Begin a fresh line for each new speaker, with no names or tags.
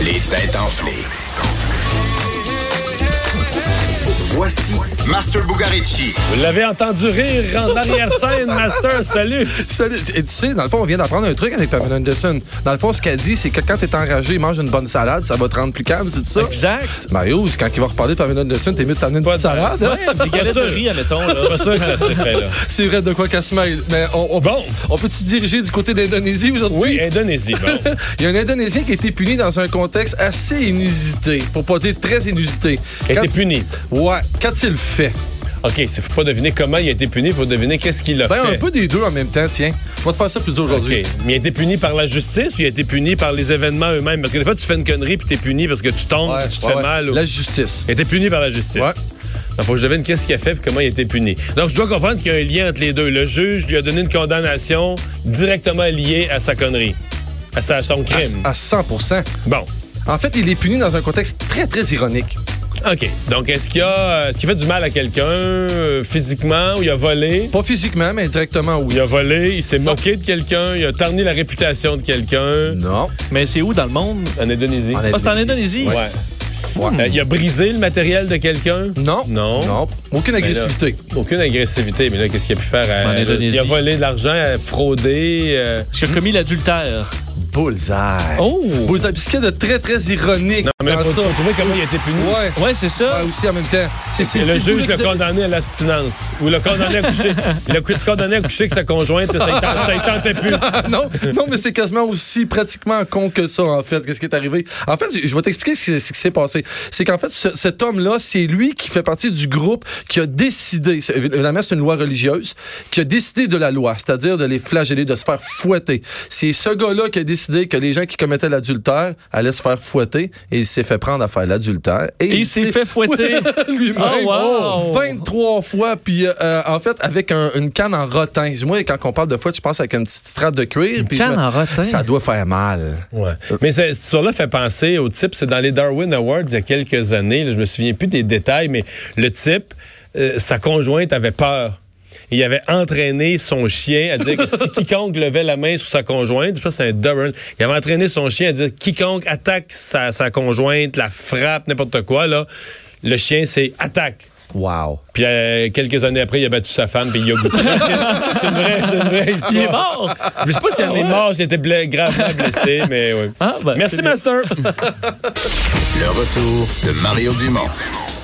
Les têtes enflées. Voici Master Bugarici.
Vous l'avez entendu rire en arrière-scène, Master. Salut.
Salut. Et tu sais, dans le fond, on vient d'apprendre un truc avec Pamela Anderson. Dans le fond, ce qu'elle dit, c'est que quand t'es enragé, mange une bonne salade, ça va te rendre plus calme, c'est ça?
Exact.
Mario, c'est quand il va reparler de Pamela Anderson, t'es mieux de t'amener une petite salade. hein?
C'est galette de riz, admettons. là.
C'est pas ça que ça s'est fait, là.
C'est vrai de quoi qu'elle se mêle. Mais on, on-
Bon.
on peut-tu diriger du côté d'Indonésie aujourd'hui?
Oui, hein. Indonésie. Bon.
Il y a un Indonésien qui a été puni dans un contexte assez inusité, pour pas dire très inusité.
Il a
Quand-
été puni.
Ouais, qu'a-t-il fait?
OK, il faut pas deviner comment il a été puni, il faut deviner qu'est-ce qu'il a
Ben,
fait.
un peu des deux en même temps, tiens. On va te faire ça plus dur
OK.
aujourd'hui.
Mais il a été puni par la justice ou il a été puni par les événements eux-mêmes? Parce que des fois, tu fais une connerie puis t'es puni parce que tu tombes,
Ouais,
tu te
ouais,
fais
ouais.
mal. ou-
La justice.
Il a été puni par la justice.
Ouais.
Donc, faut que je devine qu'est-ce qu'il a fait et comment il a été puni. Donc, je dois comprendre qu'il y a un lien entre les deux. Le juge lui a donné une condamnation directement liée à sa connerie, à, sa, à son crime.
À 100
Bon.
En fait, il est puni dans un contexte très, très ironique.
OK. Donc, est-ce qu'il a, est-ce qu'il a fait du mal à quelqu'un euh, physiquement ou il a volé?
Pas physiquement, mais indirectement, oui.
Il a volé, il s'est moqué de quelqu'un, il a tarni la réputation de quelqu'un.
Non.
Mais c'est où dans le monde?
En Indonésie.
Mm. En
Ah, c'est en Indonésie?
Ouais. Euh, il a brisé le matériel de quelqu'un?
Non.
Non. Ben
Aucune
là-
agressivité.
Aucune agressivité, mais là, qu'est-ce qu'il a pu faire?
En
euh,
Indonésie.
Il a volé de l'argent, euh, fraudé. euh,
Est-ce qu'il a commis l'adultère?
Bullseye.
Oh!
Bullseye. Puis ce qu'il y a de très, très ironique
Non, mais là,
dans
faut,
ça.
faut trouver comment il a été puni.
Ouais.
Ouais, c'est ça.
Ouais, aussi en même temps. C'est, c'est-
Le
c'est
juge
voulu
l'a
que-
condamné à l'abstinence. Ou l'a condamné à coucher. Il l'a condamné à coucher avec sa conjointe, mais ça ne tentait plus.
Ah, non, non, mais c'est quasiment aussi pratiquement con que ça, en fait, qu'est-ce qui est arrivé. En fait, je je vais t'expliquer ce qui ce qui s'est passé. C'est qu'en fait, ce- cet homme-là, c'est lui qui fait partie du groupe qui a décidé, c'est- évidemment, c'est une loi religieuse, qui a décidé de la loi, c'est-à-dire de les flageller, de se faire fouetter. C'est ce gars-là qui a décidé que les gens qui commettaient l'adultère allaient se faire fouetter et il s'est fait prendre à faire l'adultère.
Et il s'est fait fouetter.
lui-même.
Oh, wow.
23 fois, puis euh, euh, en fait, avec un- une canne en rotin. Moi, quand on parle de fouet, je pense avec une petite strate de cuir. puis je
canne
me-
en rotin?
Ça doit faire mal.
Ouais. Mais ça- cette histoire-là fait penser au type, c'est dans les Darwin Awards il y a quelques années, là, je me souviens plus des détails, mais le type, euh, sa conjointe avait peur. Il avait entraîné son chien à dire que si quiconque levait la main sur sa conjointe, je pense que c'est un Darwin, il avait entraîné son chien à dire quiconque attaque sa, sa conjointe, la frappe, n'importe quoi, là, le chien c'est attaque.
Wow.
Puis euh, quelques années après, il a battu sa femme puis il a goûté. C'est- c'est une vraie, c'est une vraie histoire.
Il est mort.
Je sais pas s'il en est mort, s'il était bla- gravement blessé, mais oui.
Ah, ben,
Merci,
c'est
Master.
Le retour de Mario Dumont.